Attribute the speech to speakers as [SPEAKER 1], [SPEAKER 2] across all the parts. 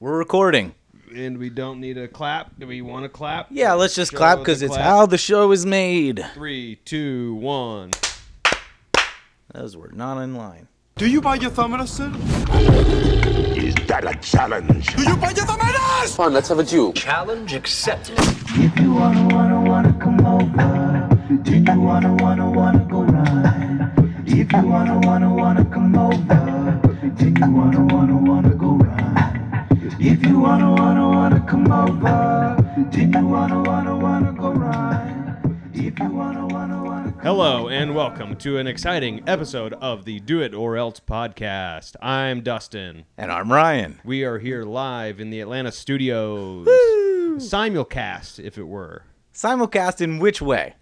[SPEAKER 1] We're recording.
[SPEAKER 2] and we don't need a clap. Do we want to clap?
[SPEAKER 1] Yeah, let's just
[SPEAKER 2] Show
[SPEAKER 1] clap
[SPEAKER 2] the
[SPEAKER 1] because it's
[SPEAKER 2] clap.
[SPEAKER 1] how the show is made.
[SPEAKER 2] Three, two, one.
[SPEAKER 1] Those were not in line.
[SPEAKER 3] Do you buy your thumb in a sin?
[SPEAKER 4] Is that a challenge?
[SPEAKER 3] Do you buy your thumb in us?
[SPEAKER 5] Come on, let's have a Jew.
[SPEAKER 6] Challenge accepted.
[SPEAKER 7] If you wanna, wanna, wanna come over, do you wanna, wanna, wanna go ride? If you wanna, wanna, wanna come over, do you wanna, wanna, wanna go ride? If you wanna, wanna, wanna come over, do you wanna, wanna, wanna go ride? If you wanna, wanna, wanna come
[SPEAKER 2] Hello and welcome to an exciting episode of the Do It or Else podcast. I'm Dustin.
[SPEAKER 1] And I'm Ryan.
[SPEAKER 2] We are here live in the Atlanta studios. Simulcast, if it were,
[SPEAKER 1] Simulcast in which way?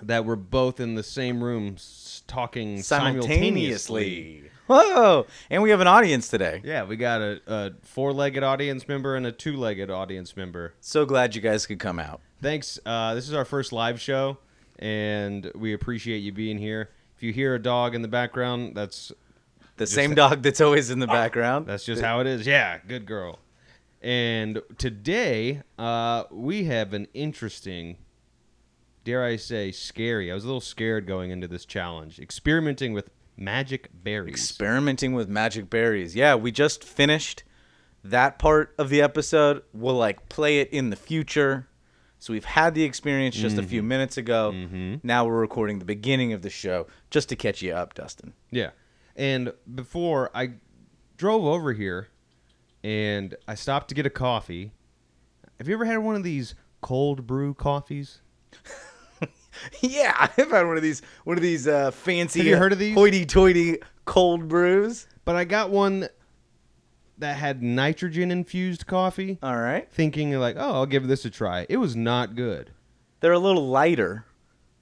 [SPEAKER 2] that we're both in the same room s- talking simultaneously.
[SPEAKER 1] Simultaneously. Whoa! And we have an audience today.
[SPEAKER 2] Yeah, we got a, a four legged audience member and a two legged audience member.
[SPEAKER 1] So glad you guys could come out.
[SPEAKER 2] thanks. Uh, this is our first live show, and we appreciate you being here. If you hear a dog in the background, that's
[SPEAKER 1] The same dog that's always in the background.
[SPEAKER 2] that's just how it is. Yeah, good girl. And today, uh, we have an interesting, dare I say, scary. I was a little scared going into this challenge, experimenting with magic berries.
[SPEAKER 1] experimenting with magic berries. Yeah, we just finished that part of the episode. We'll like play it in the future. So we've had the experience just a
[SPEAKER 2] Mm-hmm.
[SPEAKER 1] few minutes ago. Now we're recording the beginning of the show just to catch you up, Dustin.
[SPEAKER 2] Yeah. And before I drove over here and I stopped to get a coffee. Have you ever had one of these cold brew coffees?
[SPEAKER 1] yeah, I've had one of these one of these uh, fancy uh,
[SPEAKER 2] Have you heard of these?
[SPEAKER 1] hoity-toity cold brews.
[SPEAKER 2] But I got one that had nitrogen infused coffee,
[SPEAKER 1] All right,
[SPEAKER 2] thinking like, "Oh, I'll give this a try." It was not good.
[SPEAKER 1] they're a little lighter.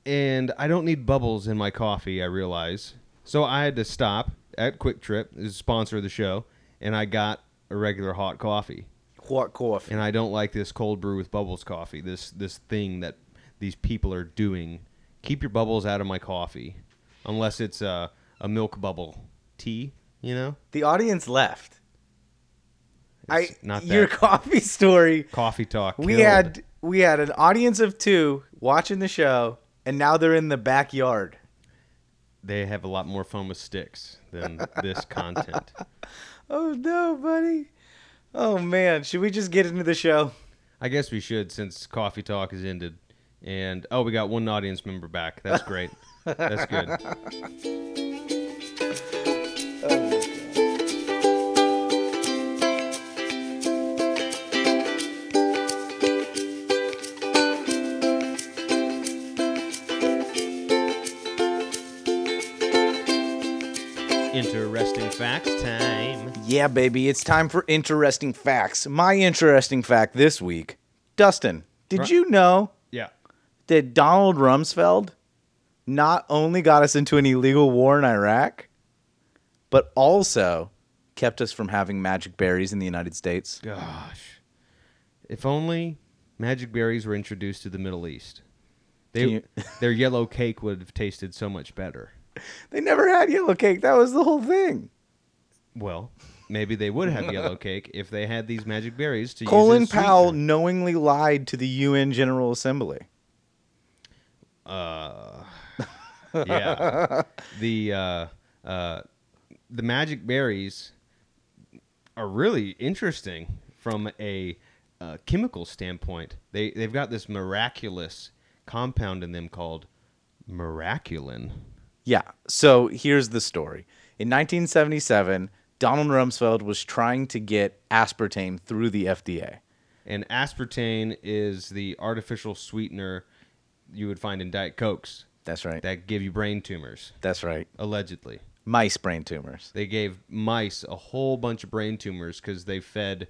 [SPEAKER 2] And I don't need bubbles in my coffee, I realize. So I had to stop at Quick Trip, is a sponsor of the show, and I got a regular hot coffee.
[SPEAKER 1] What coffee?
[SPEAKER 2] and I don't like this cold brew with bubbles coffee. This this thing that these people are doing. Keep your bubbles out of my coffee, unless it's a a milk bubble tea. You know,
[SPEAKER 1] The audience left. I
[SPEAKER 2] It's not
[SPEAKER 1] your
[SPEAKER 2] that.
[SPEAKER 1] coffee story
[SPEAKER 2] coffee talk.
[SPEAKER 1] we
[SPEAKER 2] killed.
[SPEAKER 1] had we had an audience of two watching the show and now they're in the backyard
[SPEAKER 2] they have a lot more fun with sticks than this content.
[SPEAKER 1] oh no buddy oh man should we just get into the show
[SPEAKER 2] I guess we should since coffee talk is ended. And oh, we got one audience member back. That's great. That's good. Interesting facts time.
[SPEAKER 1] yeah baby it's time for interesting facts my interesting fact this week dustin did
[SPEAKER 2] Right.
[SPEAKER 1] you know
[SPEAKER 2] Yeah.
[SPEAKER 1] that donald rumsfeld not only got us into an illegal war in iraq but also kept us from having magic berries in the united states
[SPEAKER 2] Gosh. If only magic berries were introduced to the Middle East. They,
[SPEAKER 1] Can you-
[SPEAKER 2] their yellow cake would have tasted so much better.
[SPEAKER 1] they never had yellow cake that was the whole thing
[SPEAKER 2] Well, maybe they would have yellow cake if they had these magic berries to
[SPEAKER 1] Colin
[SPEAKER 2] use. as
[SPEAKER 1] Powell
[SPEAKER 2] sweetener.
[SPEAKER 1] knowingly lied to the UN General Assembly.
[SPEAKER 2] Yeah. the uh, uh, the magic berries are really interesting from a uh, chemical standpoint. They they've got this miraculous compound in them called miraculin.
[SPEAKER 1] Yeah. So here's the story. In 1977, Donald Rumsfeld was trying to get aspartame through the FDA.
[SPEAKER 2] And aspartame is the artificial sweetener you would find in Diet Cokes
[SPEAKER 1] That's right.
[SPEAKER 2] that give you brain tumors,
[SPEAKER 1] That's right.
[SPEAKER 2] allegedly.
[SPEAKER 1] Mice brain tumors.
[SPEAKER 2] They gave mice a whole bunch of brain tumors because they fed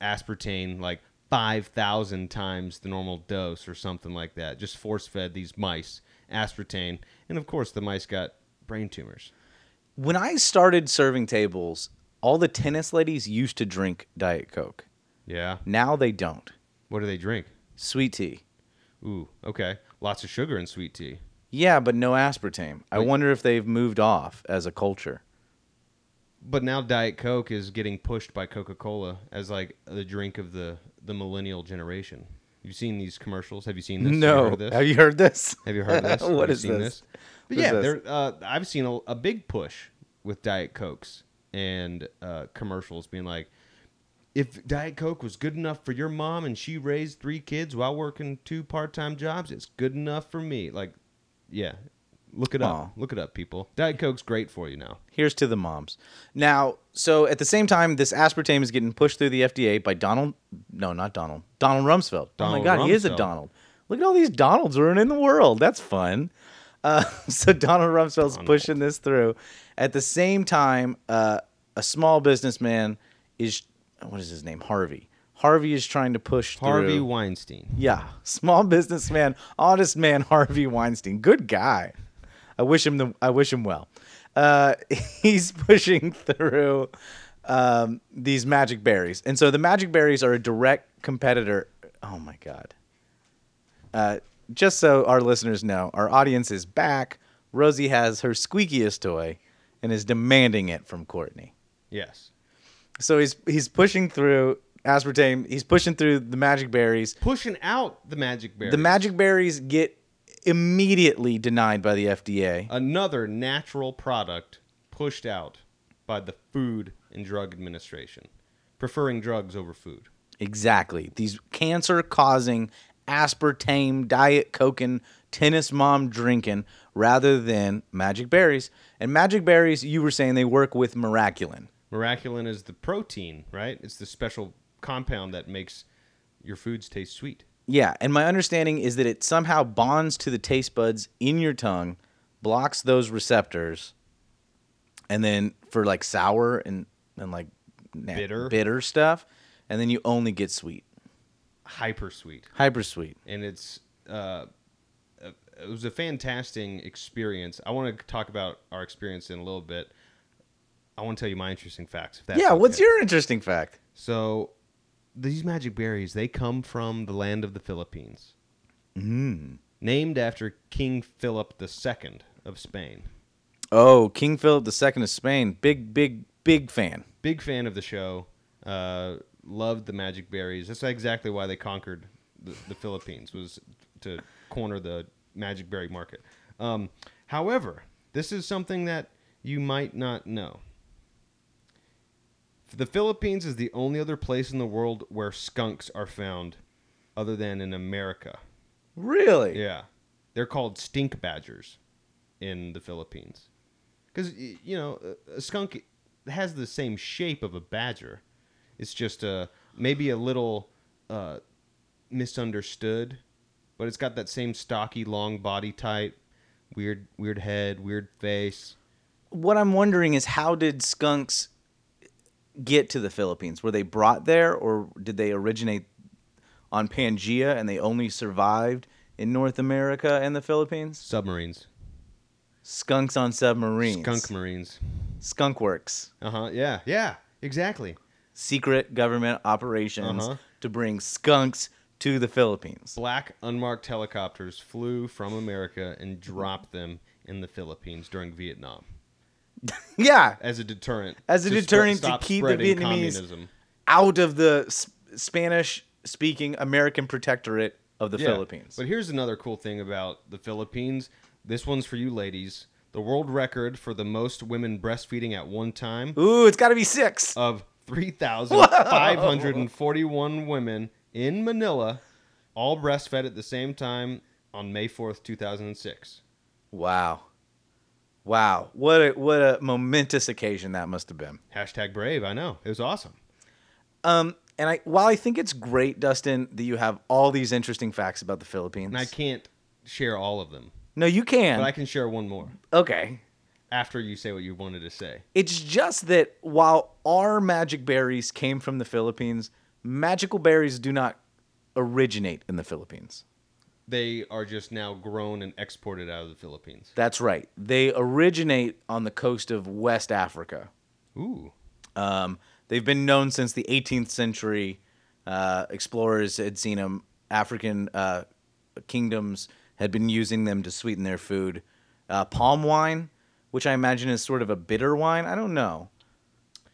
[SPEAKER 2] aspartame like 5,000 times the normal dose or something like that. Just force fed these mice aspartame. And of course, the mice got brain tumors.
[SPEAKER 1] When I started serving tables, all the tennis ladies used to drink Diet Coke.
[SPEAKER 2] Yeah.
[SPEAKER 1] Now they don't.
[SPEAKER 2] What do they drink?
[SPEAKER 1] Sweet tea.
[SPEAKER 2] Ooh, okay. Lots of sugar in sweet tea.
[SPEAKER 1] Yeah, but no aspartame. I wonder if they've moved off as a culture.
[SPEAKER 2] But now Diet Coke is getting pushed by Coca Cola as like the drink of the the millennial generation. You've seen these commercials? Have you seen this? Have you
[SPEAKER 1] no,
[SPEAKER 2] heard this?
[SPEAKER 1] have you heard this?
[SPEAKER 2] Have you heard of this?
[SPEAKER 1] What
[SPEAKER 2] Have you
[SPEAKER 1] is
[SPEAKER 2] seen
[SPEAKER 1] this?
[SPEAKER 2] But
[SPEAKER 1] What is
[SPEAKER 2] yeah,
[SPEAKER 1] this?
[SPEAKER 2] there, uh, I've seen a, a big push with Diet Cokes and uh, commercials being like, if Diet Coke was good enough for your mom and she raised three kids while working two part time jobs, it's good enough for me. Like, yeah, look it
[SPEAKER 1] Aw.
[SPEAKER 2] up. Look it up, people. Diet Coke's great for you now.
[SPEAKER 1] Here's to the moms. Now, so at the same time, this aspartame is getting pushed through the FDA by Donald. No, not Donald. Donald Rumsfeld. oh my
[SPEAKER 2] Donald
[SPEAKER 1] God, he is a
[SPEAKER 2] Rumsfeld.
[SPEAKER 1] Donald. Look at all these Donalds ruining the world. That's fun. Uh, so Donald Rumsfeld's pushing this through. At the same time, uh, a small businessman is what is his name? Harvey. Harvey is trying to push
[SPEAKER 2] Harvey
[SPEAKER 1] through.
[SPEAKER 2] Weinstein.
[SPEAKER 1] Yeah, small businessman, honest man Harvey Weinstein, good guy. I wish him the I wish him well. Uh, he's pushing through um, these magic berries, and so the magic berries are a direct competitor. Oh my god! Uh, just so our listeners know, our audience is back. Rosie has her squeakiest toy, and is demanding it from Courtney.
[SPEAKER 2] Yes.
[SPEAKER 1] So he's he's pushing through aspartame. He's pushing through the magic berries.
[SPEAKER 2] Pushing out the magic berry.
[SPEAKER 1] The magic berries get immediately denied by the FDA.
[SPEAKER 2] Another natural product pushed out by the Food and Drug Administration, preferring drugs over food.
[SPEAKER 1] Exactly. These cancer causing aspartame, diet coking, tennis mom drinking rather than magic berries. And magic berries, you were saying they work with miraculin.
[SPEAKER 2] Miraculin is the protein, right? It's the special compound that makes your foods taste sweet.
[SPEAKER 1] Yeah, and my understanding is that it somehow bonds to the taste buds in your tongue, blocks those receptors, and then for like sour and, and like na-
[SPEAKER 2] Bitter.
[SPEAKER 1] bitter stuff, and then you only get sweet.
[SPEAKER 2] Hyper sweet.
[SPEAKER 1] Hyper sweet.
[SPEAKER 2] And it's uh uh, it was a fantastic experience. I want to talk about our experience in a little bit. I want to tell you my interesting facts. If that's
[SPEAKER 1] yeah, what's
[SPEAKER 2] okay.
[SPEAKER 1] your interesting fact?
[SPEAKER 2] So these magic berries, they come from the land of the Philippines. Mm. Named after King Philip II of Spain.
[SPEAKER 1] Oh, King Philip II of Spain, big, big, big fan.
[SPEAKER 2] Big fan of the show. Uh, loved the magic berries. That's exactly why they conquered the, the Philippines was to corner the magic berry market. Um, however, this is something that you might not know. The Philippines is the only other place in the world where skunks are found, other than in America.
[SPEAKER 1] Really?
[SPEAKER 2] Yeah. They're called stink badgers in the Philippines. Because, you know, a- a skunk has the same shape of a badger. It's just uh, maybe a little uh, misunderstood, but it's got that same stocky, long body type, weird, weird head, weird face.
[SPEAKER 1] What I'm wondering is how did skunks get to the Philippines? Were they brought there or did they originate on Pangaea and they only survived in North America and the Philippines?
[SPEAKER 2] Submarines.
[SPEAKER 1] Skunks on submarines.
[SPEAKER 2] Skunk marines.
[SPEAKER 1] Skunk works.
[SPEAKER 2] Uh huh. Yeah. Yeah. Exactly.
[SPEAKER 1] Secret government operations
[SPEAKER 2] Uh-huh.
[SPEAKER 1] to bring skunks to the Philippines.
[SPEAKER 2] Black unmarked helicopters flew from America and dropped them in the Philippines during Vietnam.
[SPEAKER 1] Yeah.
[SPEAKER 2] as a deterrent.
[SPEAKER 1] As a
[SPEAKER 2] to
[SPEAKER 1] deterrent to
[SPEAKER 2] stop
[SPEAKER 1] keep the
[SPEAKER 2] spreading
[SPEAKER 1] Vietnamese- out of the s- Spanish speaking American protectorate of the
[SPEAKER 2] Yeah.
[SPEAKER 1] Philippines.
[SPEAKER 2] But here's another cool thing about the Philippines. This one's for you ladies. The world record for the most women breastfeeding at one time
[SPEAKER 1] Ooh, it's got to be six.
[SPEAKER 2] of 3,541 women in Manila all breastfed at the same time on May 4th, 2006.
[SPEAKER 1] wow. Wow. What a, what a momentous occasion that must have been.
[SPEAKER 2] Hashtag brave, I know. It was awesome.
[SPEAKER 1] Um, and I, while I think it's great, Dustin, that you have all these interesting facts about the Philippines.
[SPEAKER 2] And I can't share all of them,
[SPEAKER 1] no, you can.
[SPEAKER 2] but I can share one more
[SPEAKER 1] okay.
[SPEAKER 2] after you say what you wanted to say.
[SPEAKER 1] It's just that while our magic berries came from the Philippines, magical berries do not originate in the Philippines.
[SPEAKER 2] they are just now grown and exported out of the Philippines.
[SPEAKER 1] That's right. They originate on the coast of West Africa.
[SPEAKER 2] Ooh.
[SPEAKER 1] Um, they've been known since the 18th century. Uh, explorers had seen them. African uh, kingdoms had been using them to sweeten their food. Uh, palm wine, which I imagine is sort of a bitter wine. I don't know.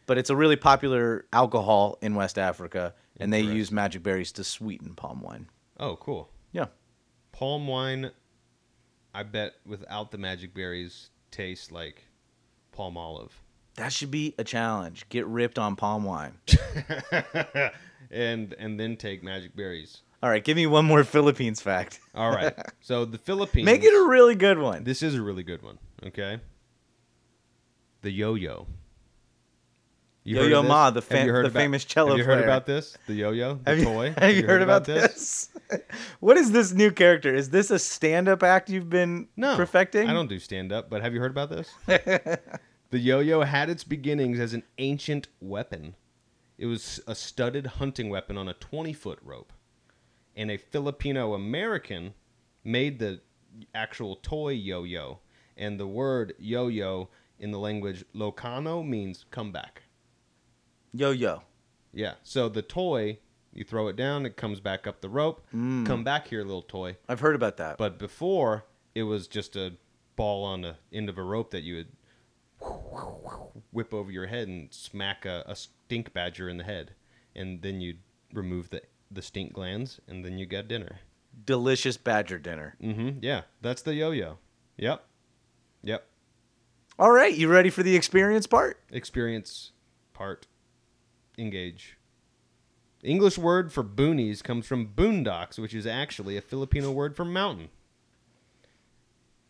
[SPEAKER 1] but it's a really popular alcohol in West Africa, and they use magic berries to sweeten palm wine.
[SPEAKER 2] Oh, cool.
[SPEAKER 1] Yeah.
[SPEAKER 2] Palm wine, I bet without the magic berries, tastes like palm olive.
[SPEAKER 1] That should be a challenge. Get ripped on palm wine.
[SPEAKER 2] and and then take magic berries.
[SPEAKER 1] All right, give me one more Philippines fact.
[SPEAKER 2] All right. so the Philippines.
[SPEAKER 1] Make it a really good one.
[SPEAKER 2] This is a really good one. Okay. The yo-yo. You heard
[SPEAKER 1] Yo-Yo
[SPEAKER 2] of this?
[SPEAKER 1] Ma, the
[SPEAKER 2] Have you
[SPEAKER 1] fam-
[SPEAKER 2] heard
[SPEAKER 1] the famous cello
[SPEAKER 2] Have you heard
[SPEAKER 1] player.
[SPEAKER 2] about this? The yo-yo, the
[SPEAKER 1] have you,
[SPEAKER 2] toy.
[SPEAKER 1] have you heard, about this? what is this new character? Is this a stand-up act you've been
[SPEAKER 2] No,
[SPEAKER 1] perfecting?
[SPEAKER 2] I don't do stand up, but have you heard about this? the yo-yo had its beginnings as an ancient weapon. It was a studded hunting weapon on a 20-foot rope, and a Filipino American made the actual toy yo-yo. And the word yo-yo in the language Locano means come back.
[SPEAKER 1] Yo yo.
[SPEAKER 2] Yeah. So the toy, you throw it down, it comes back up the rope. Come back here, little toy.
[SPEAKER 1] I've heard about that.
[SPEAKER 2] But before, it was just a ball on the end of a rope that you would whip over your head and smack a, a stink badger in the head, and then you'd remove the the stink glands, and then you got dinner.
[SPEAKER 1] Delicious badger dinner.
[SPEAKER 2] Mm-hmm. Yeah, that's the yo-yo. Yep, yep.
[SPEAKER 1] All right, you ready for the experience part?
[SPEAKER 2] Experience part. Engage. The English word for boonies comes from boondocks, which is actually a Filipino word for mountain.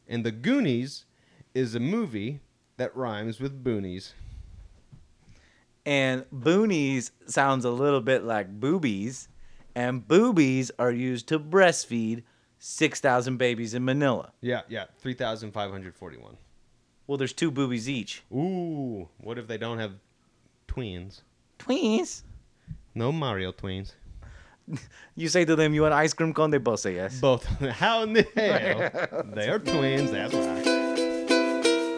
[SPEAKER 2] And the Goonies is a movie that rhymes with boonies.
[SPEAKER 1] And boonies sounds a little bit like boobies, and boobies are used to breastfeed 6,000 babies in Manila.
[SPEAKER 2] Yeah, yeah, 3,541.
[SPEAKER 1] Well, there's two boobies each.
[SPEAKER 2] Ooh, what if they don't have twins?
[SPEAKER 1] Please.
[SPEAKER 2] No Mario twins.
[SPEAKER 1] You say to them, you want ice cream conde bosa, yes?
[SPEAKER 2] Both. How in the hell? they are twins, that's right.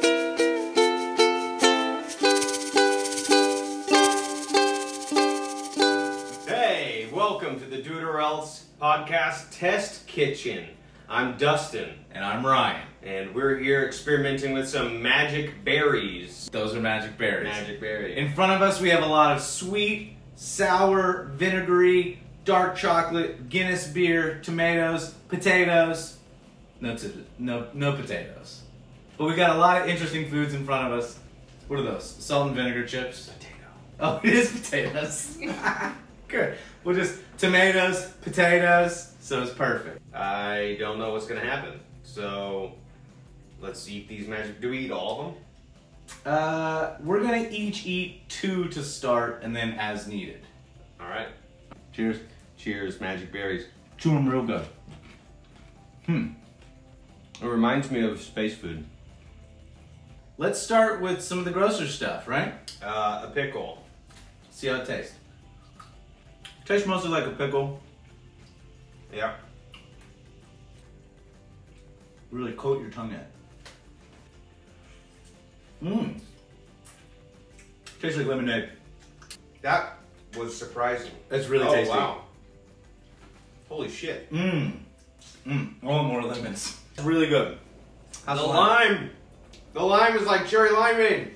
[SPEAKER 2] Hey, welcome to the Deuterelts Podcast Test Kitchen. I'm Dustin,
[SPEAKER 1] And I'm Ryan.
[SPEAKER 2] and we're here experimenting with some magic berries.
[SPEAKER 1] Those are magic berries.
[SPEAKER 2] Magic berry.
[SPEAKER 1] In front of us, we have a lot of sweet, sour, vinegary, dark chocolate, Guinness beer, tomatoes, potatoes. No, t- no, no potatoes. But we got a lot of interesting foods in front of us. What are those? Salt and vinegar chips. Potato. Oh, it is potatoes. Good. We'll just tomatoes, potatoes. So it's perfect.
[SPEAKER 2] I don't know what's gonna happen, so let's eat these magic. Do we eat all of them?
[SPEAKER 1] Uh, we're gonna each eat two to start, and then as needed.
[SPEAKER 2] All right.
[SPEAKER 1] Cheers.
[SPEAKER 2] Cheers, magic berries.
[SPEAKER 1] Chew them real good.
[SPEAKER 2] It reminds me of space food.
[SPEAKER 1] Let's start with some of the grosser stuff, right?
[SPEAKER 2] Uh, a pickle.
[SPEAKER 1] See how it tastes. Tastes mostly like a pickle.
[SPEAKER 2] Yeah.
[SPEAKER 1] Really coat your tongue in. Mmm. Tastes like lemonade.
[SPEAKER 2] That was surprising. Oh,
[SPEAKER 1] That's really tasty.
[SPEAKER 2] Holy shit.
[SPEAKER 1] Mmm. Mmm. Oh, more lemons. It's really good. How's
[SPEAKER 2] The
[SPEAKER 1] the
[SPEAKER 2] lime. The lime is like cherry limeade.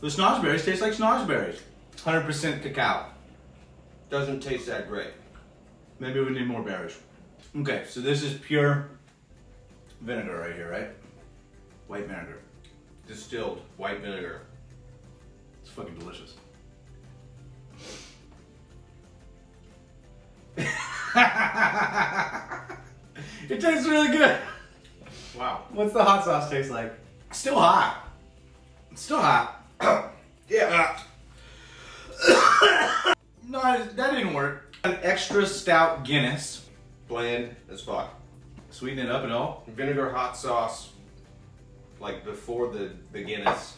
[SPEAKER 1] The snozzberries taste like snozzberries. 100% cacao.
[SPEAKER 2] Doesn't taste that great.
[SPEAKER 1] Maybe we need more berries. Okay, so this is pure vinegar right here, right? White vinegar.
[SPEAKER 2] Distilled white vinegar.
[SPEAKER 1] It's fucking delicious. it tastes really good.
[SPEAKER 2] Wow.
[SPEAKER 1] What's the hot sauce taste like? Still hot. It's still hot. yeah. no, that didn't work. An extra stout Guinness.
[SPEAKER 2] Bland as fuck.
[SPEAKER 1] Sweeten it up at all.
[SPEAKER 2] Vinegar hot sauce, like before the, the Guinness,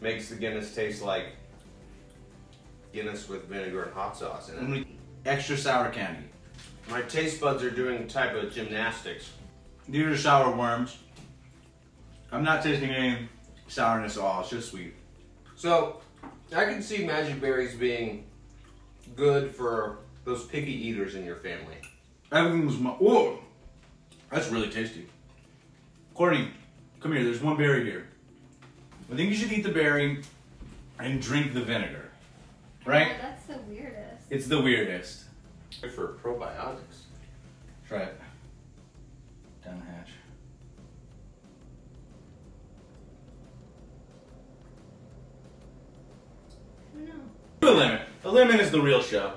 [SPEAKER 2] makes the Guinness taste like Guinness with vinegar and hot sauce in it.
[SPEAKER 1] And we- Extra sour candy.
[SPEAKER 2] My taste buds are doing type of gymnastics.
[SPEAKER 1] These are sour worms. I'm not tasting any sourness at all. It's just sweet.
[SPEAKER 2] So, I can see magic berries being good for those picky eaters in your family.
[SPEAKER 1] Everything was my. Whoa! That's really tasty. Courtney, come here. There's one berry here. I think you should eat the berry and drink the vinegar. Right?
[SPEAKER 5] Oh, That's the weirdest.
[SPEAKER 1] It's the weirdest.
[SPEAKER 6] For probiotics.
[SPEAKER 1] Try it. Down the hatch.
[SPEAKER 5] No.
[SPEAKER 1] The lemon. The lemon is the real show.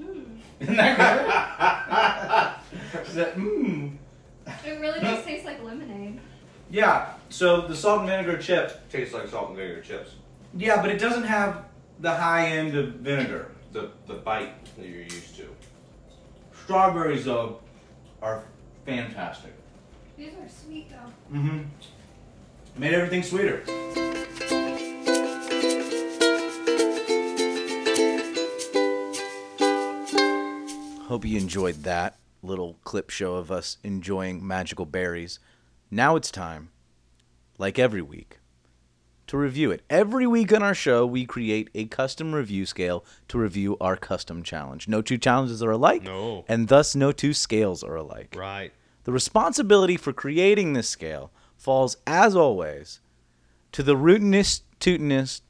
[SPEAKER 5] Hmm.
[SPEAKER 1] Isn't that good? Is that, mm.
[SPEAKER 5] It really does taste like lemonade.
[SPEAKER 1] Yeah, so the salt and vinegar chip.
[SPEAKER 6] Tastes like salt and vinegar chips.
[SPEAKER 1] Yeah, but it doesn't have the high end of vinegar.
[SPEAKER 6] The the bite that you're used to.
[SPEAKER 1] Strawberries, though, are fantastic.
[SPEAKER 5] These are sweet though.
[SPEAKER 1] Mm-hmm. Made everything sweeter. Hope you enjoyed that little clip show of us enjoying magical berries. Now it's time, like every week, to review it. Every week on our show, we create a custom review scale to review our custom challenge. No two challenges are alike,
[SPEAKER 2] No.
[SPEAKER 1] and thus no two scales are alike.
[SPEAKER 2] Right.
[SPEAKER 1] The responsibility for creating this scale falls, as always, to the rootinest, tootinest,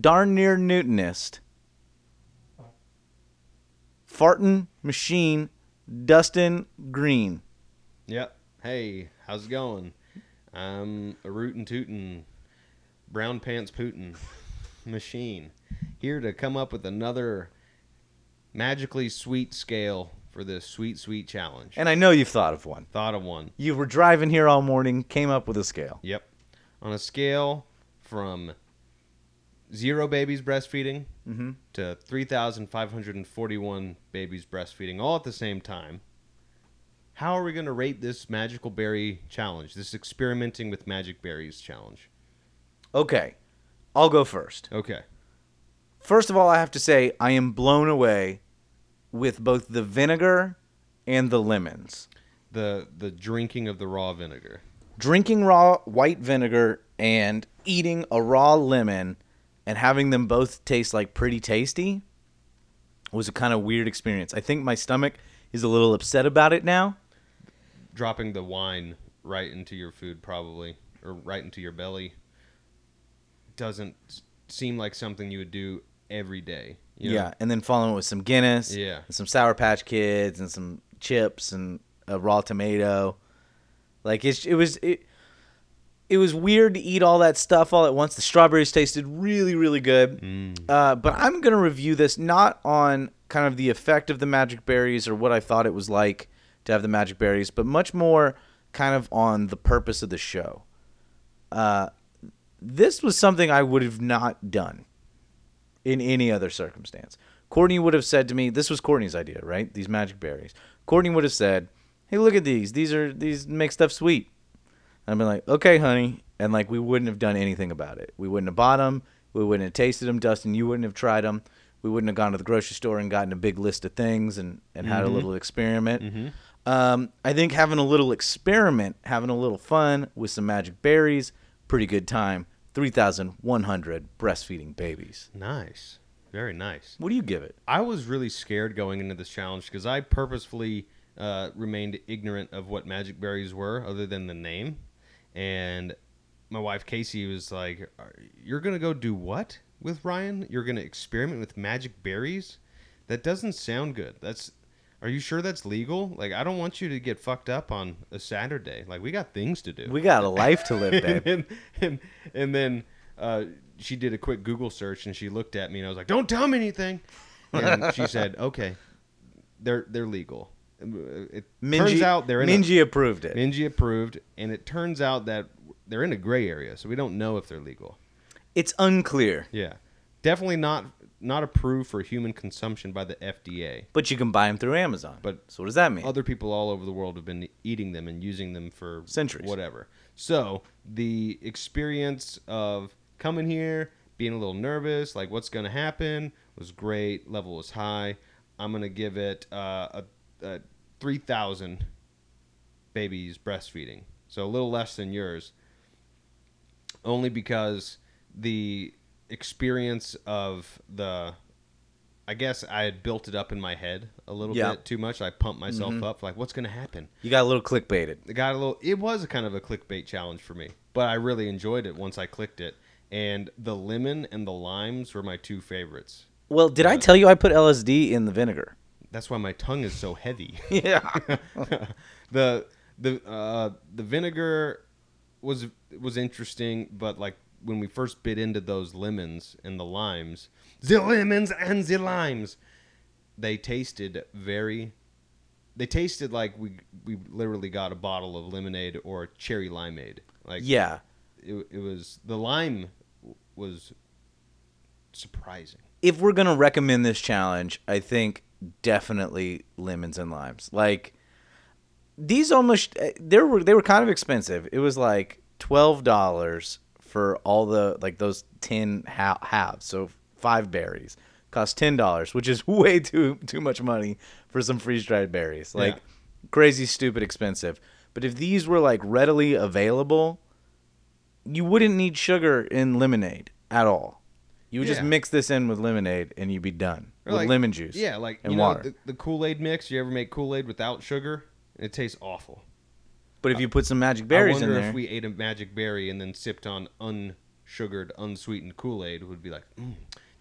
[SPEAKER 1] darn near Newtonist, fartin' machine, Dustin Green.
[SPEAKER 2] Yep. Hey, how's it going? I'm a rootin' tootin', brown pants pootin' machine. Here to come up with another magically sweet scale for this sweet, sweet challenge.
[SPEAKER 1] And I know you've thought of one.
[SPEAKER 2] Thought of one.
[SPEAKER 1] You were driving here all morning, came up with a scale.
[SPEAKER 2] Yep. On a scale from zero babies breastfeeding to 3,541 babies breastfeeding all at the same time, how are we going to rate this magical berry challenge, this experimenting with magic berries challenge?
[SPEAKER 1] Okay, I'll go first.
[SPEAKER 2] Okay.
[SPEAKER 1] First of all, I have to say, I am blown away with both the vinegar and the lemons.
[SPEAKER 2] The, the drinking of the raw vinegar.
[SPEAKER 1] drinking raw white vinegar and eating a raw lemon and having them both taste like pretty tasty was a kind of weird experience. I think my stomach is a little upset about it now.
[SPEAKER 2] Dropping the wine right into your food, probably, or right into your belly, doesn't s- seem like something you would do every day. you know?
[SPEAKER 1] Yeah, and then following it with some Guinness,
[SPEAKER 2] Yeah.
[SPEAKER 1] and some Sour Patch Kids, and some chips and a raw tomato. Like it's it was it, it was weird to eat all that stuff all at once. The strawberries tasted really really good, uh, but I'm gonna review this not on kind of the effect of the magic berries or what I thought it was like to have the magic berries, but much more kind of on the purpose of the show. Uh, this was something I would have not done in any other circumstance. Courtney would have said to me, this was Courtney's idea, right? These magic berries. Courtney would have said, "Hey, look at these. These are these make stuff sweet." And I've been like, "Okay, honey," and like we wouldn't have done anything about it. We wouldn't have bought them. We wouldn't have tasted them. Dustin, you wouldn't have tried them. We wouldn't have gone to the grocery store and gotten a big list of things and and had a little experiment. Um, I think having a little experiment, having a little fun with some magic berries, pretty good time. Three thousand one hundred breastfeeding babies.
[SPEAKER 2] Nice. Very nice.
[SPEAKER 1] What do you give it?
[SPEAKER 2] I was really scared going into this challenge because I purposefully uh, remained ignorant of what magic berries were, other than the name. And my wife Casey was like, "Are- "You're gonna go do what with Ryan? You're gonna experiment with magic berries? That doesn't sound good. That's are you sure that's legal? Like, I don't want you to get fucked up on a Saturday. Like, we got things to do.
[SPEAKER 1] We got a life to live,
[SPEAKER 2] and
[SPEAKER 1] babe.
[SPEAKER 2] then, and, and then uh, she did a quick Google search and she looked at me and I was like, "Don't tell me anything." And she said, "Okay, they're they're legal." uh, It turns out they're in a-
[SPEAKER 1] Minji approved it.
[SPEAKER 2] Minji approved, and it turns out that they're in a gray area, so we don't know if they're legal.
[SPEAKER 1] It's unclear,
[SPEAKER 2] Yeah, definitely not not approved for human consumption by the FDA.
[SPEAKER 1] but you can buy them through Amazon.
[SPEAKER 2] But
[SPEAKER 1] so what does that mean?
[SPEAKER 2] Other people all over the world have been eating them and using them for
[SPEAKER 1] Centuries.
[SPEAKER 2] whatever. So the experience of coming here, being a little nervous, like what's going to happen, was great. Level was high. I'm going to give it uh, a, a 3,000 babies breastfeeding. So a little less than yours. Only because the experience of the I guess I had built it up in my head a little
[SPEAKER 1] Yeah. Mm-hmm.
[SPEAKER 2] bit too much. I pumped myself up like what's going to happen?
[SPEAKER 1] you got a little clickbaited.
[SPEAKER 2] It got a little it was a kind of a clickbait challenge for me, but I really enjoyed it once I clicked it and the lemon and the limes were my two favorites.
[SPEAKER 1] Well, did I tell you I put LSD in the vinegar?
[SPEAKER 2] That's why my tongue is so heavy.
[SPEAKER 1] Yeah.
[SPEAKER 2] the the uh, the vinegar was was interesting, but like when we first bit into those lemons and the limes, the lemons and the limes, they tasted very. They tasted like we we literally got a bottle of lemonade or cherry limeade. Like
[SPEAKER 1] yeah.
[SPEAKER 2] it, it was the lime w- was surprising.
[SPEAKER 1] if we're gonna recommend this challenge, I think definitely lemons and limes. Like these almost eh, they were they were kind of expensive. It was like twelve dollars for all the like those ten ha- halves, so five berries cost ten dollars, which is way too too much money for some freeze dried berries. Like
[SPEAKER 2] Yeah.
[SPEAKER 1] crazy, stupid, expensive. But if these were like readily available, you wouldn't need sugar in lemonade at all. You would just
[SPEAKER 2] Yeah.
[SPEAKER 1] mix this in with lemonade and you'd be done
[SPEAKER 2] Or
[SPEAKER 1] with
[SPEAKER 2] like-
[SPEAKER 1] lemon juice.
[SPEAKER 2] Yeah, like
[SPEAKER 1] and
[SPEAKER 2] you know,
[SPEAKER 1] water.
[SPEAKER 2] the, the Kool Aid mix. You ever make Kool Aid without sugar? It tastes awful.
[SPEAKER 1] but if you put some magic berries
[SPEAKER 2] uh, I
[SPEAKER 1] in
[SPEAKER 2] wonder
[SPEAKER 1] there,
[SPEAKER 2] if we ate a magic berry and then sipped on unsugared, unsweetened Kool Aid, would be like, mm,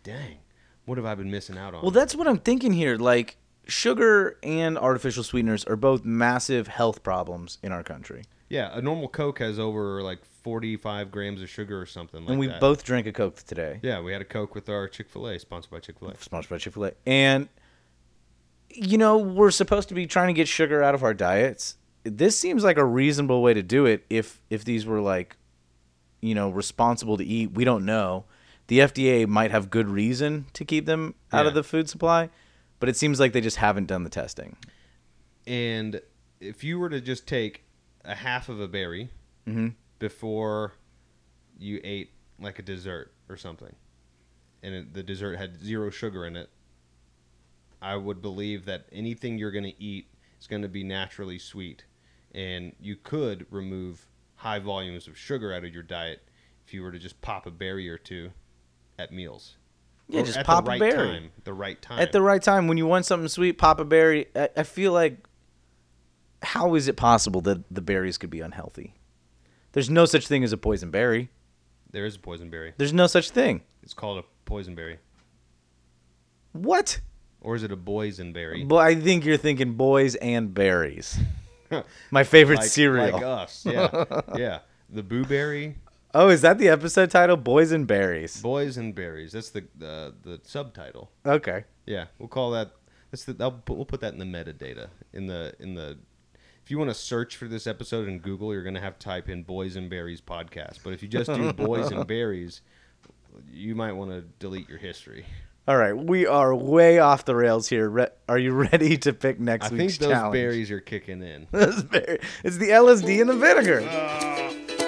[SPEAKER 2] dang, what have I been missing out on?
[SPEAKER 1] well, that's what I'm thinking here. Like sugar and artificial sweeteners are both massive health problems in our country,
[SPEAKER 2] yeah, a normal Coke has over like forty-five grams of sugar or something. Like
[SPEAKER 1] and we
[SPEAKER 2] that.
[SPEAKER 1] both drank a Coke today,
[SPEAKER 2] Yeah, we had a Coke with our Chick Fil A, sponsored by Chick Fil A.
[SPEAKER 1] sponsored by Chick Fil A, and you know we're supposed to be trying to get sugar out of our diets. This seems like a reasonable way to do it. If if these were like you know responsible to eat we don't know the fda might have good reason to keep them out of
[SPEAKER 2] Yeah.
[SPEAKER 1] the food supply but it seems like they just haven't done the testing
[SPEAKER 2] And if you were to just take a half of a berry
[SPEAKER 1] Mm-hmm.
[SPEAKER 2] before you ate like a dessert or something, and it, the dessert had zero sugar in it, I would believe that anything you're going to eat is going to be naturally sweet. And you could remove high volumes of sugar out of your diet if you were to just pop a berry or two at meals.
[SPEAKER 1] Yeah,
[SPEAKER 2] Or
[SPEAKER 1] just
[SPEAKER 2] at
[SPEAKER 1] pop a
[SPEAKER 2] the right
[SPEAKER 1] berry.
[SPEAKER 2] Time, the right time.
[SPEAKER 1] at the right time when you want something sweet pop a berry i, I feel like how is it possible that the berries could be unhealthy there's no such thing as a poison berry
[SPEAKER 2] there is a poison berry.
[SPEAKER 1] there's no such thing
[SPEAKER 2] It's called a poison berry.
[SPEAKER 1] what
[SPEAKER 2] Or is it a boysenberry?
[SPEAKER 1] well i think you're thinking boys and berries my favorite
[SPEAKER 2] Like,
[SPEAKER 1] cereal
[SPEAKER 2] like uh, us, yeah, yeah. The blueberry,
[SPEAKER 1] oh is that the episode title boys and berries
[SPEAKER 2] boys and berries. That's the the the subtitle.
[SPEAKER 1] okay
[SPEAKER 2] Yeah, we'll call that. That's the. I'll put, we'll put that in the metadata in the in the. If you want to search for this episode in Google, you're gonna have to type in "boys and berries podcast." But if you just do "boys and berries," you might want to delete your history.
[SPEAKER 1] All right, we are way off the rails here. Re- are you ready to pick next
[SPEAKER 2] I
[SPEAKER 1] week's
[SPEAKER 2] think those
[SPEAKER 1] challenge?
[SPEAKER 2] berries are kicking in.
[SPEAKER 1] Those berry- It's the LSD and the vinegar.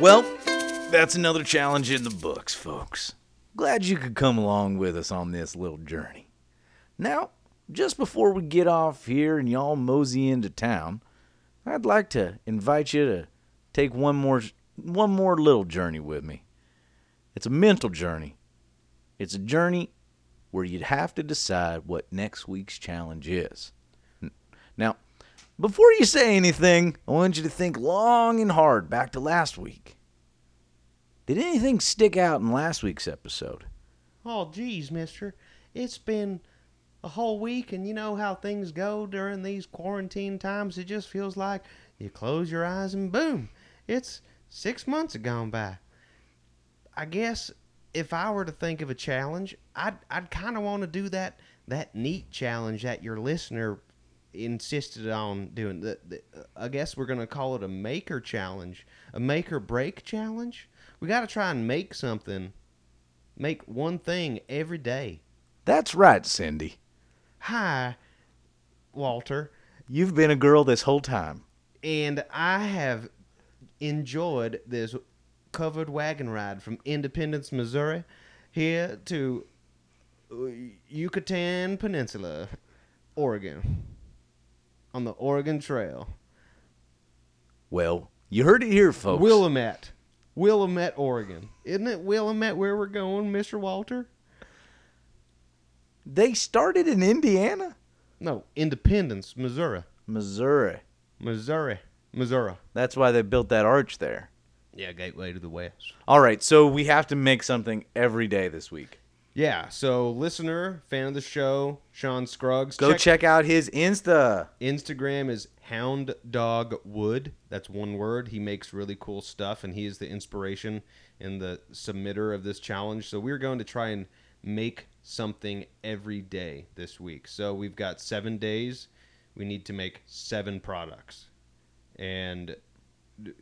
[SPEAKER 1] Well, that's another challenge in the books, folks. Glad you could come along with us on this little journey. Now, just before we get off here and y'all mosey into town, I'd like to invite you to take one more one more little journey with me. It's a mental journey. It's a journey where you'd have to decide what next week's challenge is. Now, before you say anything, I want you to think long and hard back to last week. Did anything stick out in last week's episode?
[SPEAKER 2] Oh, geez, mister. It's been a whole week, and you know how things go during these quarantine times. It just feels like you close your eyes and boom, it's six months have gone by. I guess if I were to think of a challenge, I'd, I'd kind of want to do that, that neat challenge that your listener insisted on doing. The, the, I guess we're going to call it a maker challenge, a make or break challenge. We got to try and make something Make one thing every day.
[SPEAKER 1] That's right, Cindy.
[SPEAKER 2] Hi, Walter.
[SPEAKER 1] You've been a girl this whole time.
[SPEAKER 2] And I have enjoyed this covered wagon ride from Independence, Missouri, here to uh, Yucatan Peninsula, Oregon, on the Oregon Trail.
[SPEAKER 1] Well, you heard it here, folks.
[SPEAKER 2] Willamette, Willamette, Oregon. Isn't it Willamette where we're going, Mr. Walter?
[SPEAKER 1] They started in Indiana,
[SPEAKER 2] No, Independence, Missouri.
[SPEAKER 1] Missouri.
[SPEAKER 2] Missouri. Missouri.
[SPEAKER 1] That's why they built that arch there.
[SPEAKER 2] Yeah, gateway to the west.
[SPEAKER 1] All right, so we have to make something every day this week.
[SPEAKER 2] Yeah, so listener, fan of the show, Sean Scruggs.
[SPEAKER 1] Go check, out his Insta.
[SPEAKER 2] Instagram is Hound Dog Wood. That's one word. He makes really cool stuff, and he is the inspiration and the submitter of this challenge. So we're going to try and make something every day this week. So we've got seven days. We need to make seven products, and d-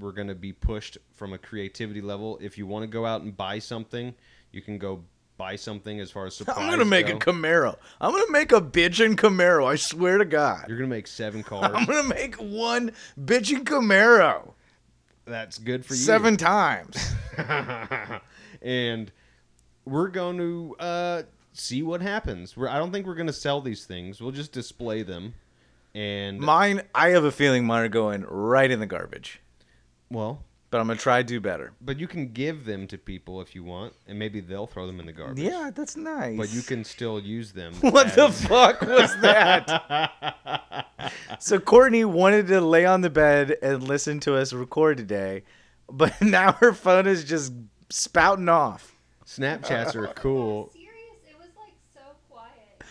[SPEAKER 2] we're going to be pushed from a creativity level. If you want to go out and buy something, you can go buy something as far as supplies.
[SPEAKER 1] I'm gonna make
[SPEAKER 2] go.
[SPEAKER 1] a Camaro. I'm gonna make a bitchin' Camaro. I swear to God.
[SPEAKER 2] You're going to make seven cars.
[SPEAKER 1] I'm gonna make one bitchin' Camaro
[SPEAKER 2] That's good for you.
[SPEAKER 1] seven times.
[SPEAKER 2] and we're going to uh, see what happens. We're, I don't think we're going to sell these things. We'll just display them. And
[SPEAKER 1] Mine, I have a feeling mine are going right in the garbage.
[SPEAKER 2] well,
[SPEAKER 1] But I'm gonna try to do better.
[SPEAKER 2] but you can give them to people if you want, and maybe they'll throw them in the garbage.
[SPEAKER 1] Yeah, that's nice.
[SPEAKER 2] But you can still use them.
[SPEAKER 1] What the
[SPEAKER 2] as-
[SPEAKER 1] fuck was that? so Courtney wanted to lay on the bed and listen to us record today, but now her phone is just spouting off.
[SPEAKER 2] Snapchats are cool.
[SPEAKER 5] Serious? It was like so quiet.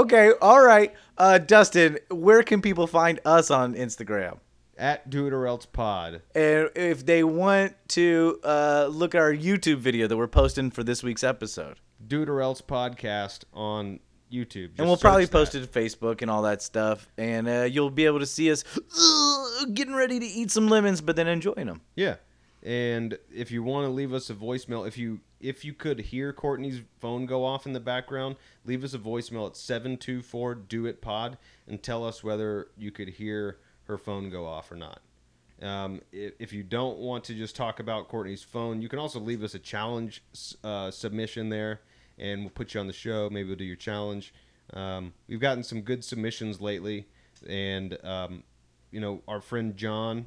[SPEAKER 1] Okay, all right. Uh, Dustin, where can people find us on Instagram?
[SPEAKER 2] At Do It Or Else Pod.
[SPEAKER 1] And if they want to uh, look at our YouTube video that we're posting for this week's episode,
[SPEAKER 2] Do It Or Else Podcast on YouTube. Just
[SPEAKER 1] and we'll probably
[SPEAKER 2] search that.
[SPEAKER 1] post it to Facebook and all that stuff, and uh, you'll be able to see us uh, getting ready to eat some lemons, but then enjoying them.
[SPEAKER 2] Yeah. And if you want to leave us a voicemail, if you if you could hear Courtney's phone go off in the background, leave us a voicemail at 724 do it pod and tell us whether you could hear her phone go off or not. Um, if, if you don't want to just talk about Courtney's phone, you can also leave us a challenge s- uh, submission there and we'll put you on the show. Maybe we'll do your challenge. Um, we've gotten some good submissions lately. And, um, you know, our friend John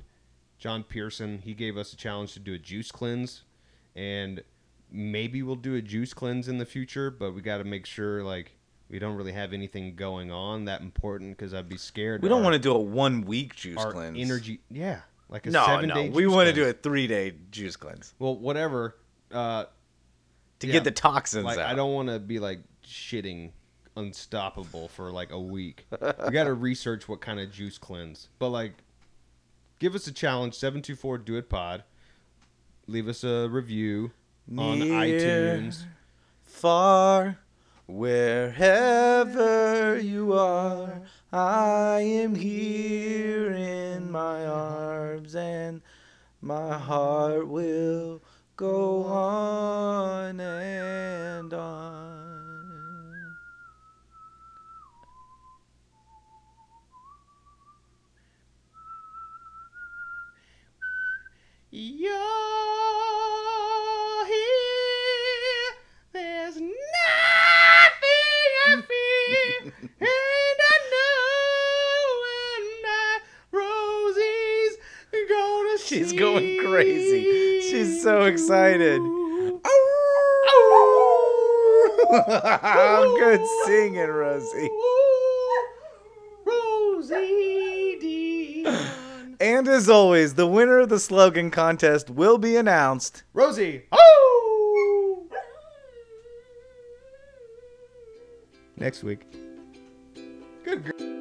[SPEAKER 2] John Pearson. He gave us a challenge to do a juice cleanse, and maybe we'll do a juice cleanse in the future. But we got to make sure like we don't really have anything going on that important because I'd be scared.
[SPEAKER 1] We don't
[SPEAKER 2] our-
[SPEAKER 1] want to do a one week juice
[SPEAKER 2] our
[SPEAKER 1] cleanse.
[SPEAKER 2] energy. Yeah, like a
[SPEAKER 1] No,
[SPEAKER 2] seven
[SPEAKER 1] no.
[SPEAKER 2] day.
[SPEAKER 1] We want to do a three day juice cleanse
[SPEAKER 2] Well, whatever. Uh,
[SPEAKER 1] to
[SPEAKER 2] Yeah.
[SPEAKER 1] get the toxins
[SPEAKER 2] like
[SPEAKER 1] out.
[SPEAKER 2] I don't want to be like shitting unstoppable for like a week. we got to research what kind of juice cleanse. But like give us a challenge 724 do it pod. Leave us a review on
[SPEAKER 1] Yeah.
[SPEAKER 2] iTunes.
[SPEAKER 1] Far, wherever you are, I am here in my arms, and my heart will go on and on.
[SPEAKER 2] You're here. There's nothing I fear. and I know when my Rosie's gonna
[SPEAKER 1] She's going crazy. She's so excited. Good singing, Rosie.
[SPEAKER 2] Rosie Dion.
[SPEAKER 1] And as always, the winner of the slogan contest will be announced.
[SPEAKER 2] Rosie. Oh! Next week. Good girl.